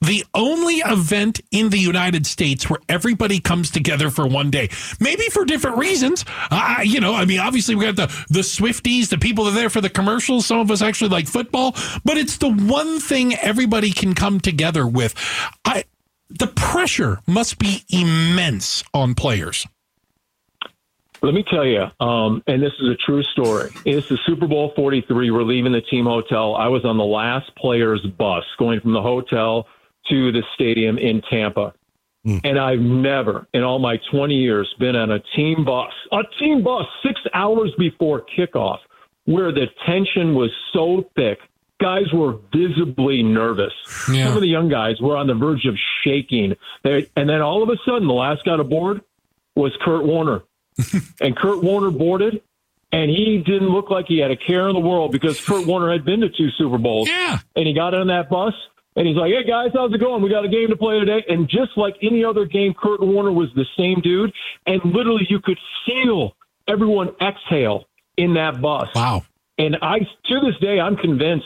[SPEAKER 3] the only event in the United States where everybody comes together for one day. Maybe for different reasons. I, I- you know, I mean, obviously we got the the Swifties, the people that are there for the commercials. Some of us actually like football, but it's the one thing everybody can come together with. I, the pressure must be immense on players.
[SPEAKER 9] Let me tell you, um, and this is a true story. It's the Super Bowl 43. We're leaving the team hotel. I was on the last player's bus going from the hotel to the stadium in Tampa. And I've never, in all my 20 years, been on a team bus, a team bus six hours before kickoff, where the tension was so thick. Guys were visibly nervous.
[SPEAKER 3] Yeah.
[SPEAKER 9] Some of the young guys were on the verge of shaking. They, and then all of a sudden, the last guy to board was Kurt Warner and Kurt Warner boarded, and he didn't look like he had a care in the world because Kurt Warner had been to two Super Bowls.
[SPEAKER 3] Yeah.
[SPEAKER 9] And he got on that bus, and he's like, "Hey guys, how's it going? We got a game to play today." And just like any other game, Kurt Warner was the same dude, and literally you could feel everyone exhale in that bus.
[SPEAKER 3] Wow.
[SPEAKER 9] And I, to this day, I'm convinced.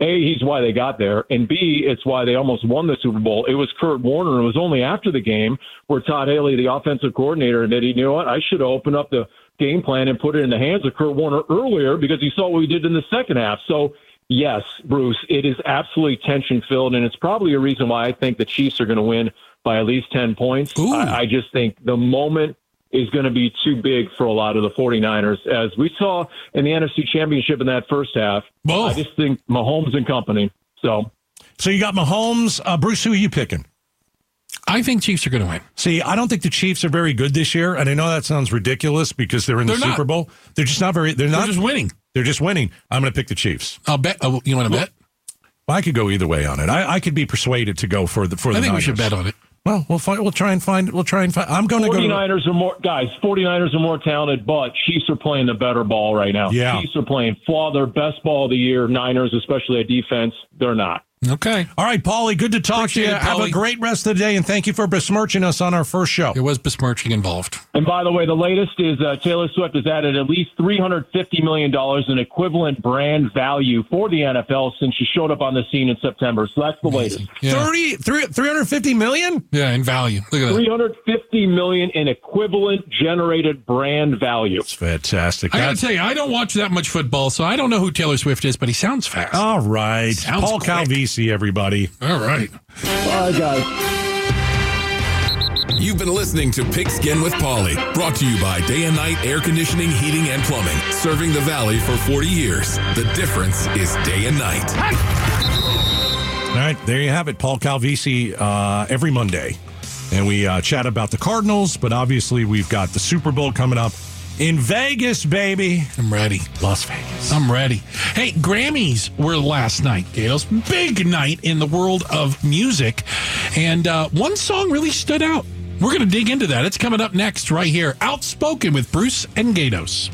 [SPEAKER 9] A, he's why they got there, and B, it's why they almost won the Super Bowl. It was Kurt Warner, and it was only after the game where Todd Haley, the offensive coordinator, admitted, you know what, I should have opened up the game plan and put it in the hands of Kurt Warner earlier because he saw what we did in the second half. So, yes, Bruce, it is absolutely tension filled, and it's probably a reason why I think the Chiefs are going to win by at least 10 points.
[SPEAKER 3] Ooh.
[SPEAKER 9] I, I just think the moment is going to be too big for a lot of the 49ers, as we saw in the NFC Championship in that first half.
[SPEAKER 2] Both.
[SPEAKER 9] I just think Mahomes and company. So
[SPEAKER 2] So you got Mahomes. Uh, Bruce, who are you picking?
[SPEAKER 3] I think Chiefs are going to win.
[SPEAKER 2] See, I don't think the Chiefs are very good this year, and I know that sounds ridiculous because they're in the
[SPEAKER 3] They're not.
[SPEAKER 2] Super Bowl. They're just not very. They're not.
[SPEAKER 3] They're just winning.
[SPEAKER 2] they're just winning. I'm going to pick the Chiefs.
[SPEAKER 3] I'll bet. Oh, you want to bet?
[SPEAKER 2] I could go either way on it. I, I could be persuaded to go for the for the.
[SPEAKER 3] I think we should
[SPEAKER 2] Niners.
[SPEAKER 3] bet on it.
[SPEAKER 2] Well, we'll find. We'll try and find. We'll try and find. I'm going to go. To,
[SPEAKER 9] 49ers are more guys. 49ers are more talented, but Chiefs are playing the better ball right now.
[SPEAKER 2] Yeah.
[SPEAKER 9] Chiefs are playing flaw their best ball of the year. Niners, especially at defense, they're not.
[SPEAKER 3] Okay.
[SPEAKER 2] all right, Paulie. Good to talk
[SPEAKER 3] Appreciate
[SPEAKER 2] to you.
[SPEAKER 3] it,
[SPEAKER 2] Have a
[SPEAKER 3] Paulie.
[SPEAKER 2] great rest of the day, and thank you for besmirching us on our first show.
[SPEAKER 3] There was besmirching involved.
[SPEAKER 9] And by the way, the latest is uh, Taylor Swift has added at least $350 million in equivalent brand value for the NFL since she showed up on the scene in September. So that's the latest.
[SPEAKER 3] Yeah.
[SPEAKER 2] 30, three- 350 million?
[SPEAKER 3] Yeah, in value. Look at that.
[SPEAKER 9] 350 million in equivalent generated brand value.
[SPEAKER 2] It's fantastic.
[SPEAKER 3] I got
[SPEAKER 2] That's
[SPEAKER 3] to tell you, I don't watch that much football, so I don't know who Taylor Swift is, but he sounds fast.
[SPEAKER 2] all right.
[SPEAKER 3] Sounds
[SPEAKER 2] Paul
[SPEAKER 3] quick.
[SPEAKER 2] Calvisi, everybody.
[SPEAKER 3] All right.
[SPEAKER 9] Bye, guys.
[SPEAKER 8] You've been listening to Pigskin with Polly, brought to you by Day and Night Air Conditioning, Heating, and Plumbing, serving the Valley for 40 years. The difference is day and night.
[SPEAKER 2] All right, there you have it, Paul Calvisi. Uh, every Monday, and we uh, chat about the Cardinals, but obviously we've got the Super Bowl coming up in Vegas, baby,
[SPEAKER 3] I'm ready.
[SPEAKER 2] Las Vegas.
[SPEAKER 3] I'm ready. Hey, Grammys were last night, Gatos. Big night in the world of music. And uh, one song really stood out. We're going to dig into that. It's coming up next, right here. Outspoken with Bruce and Gatos.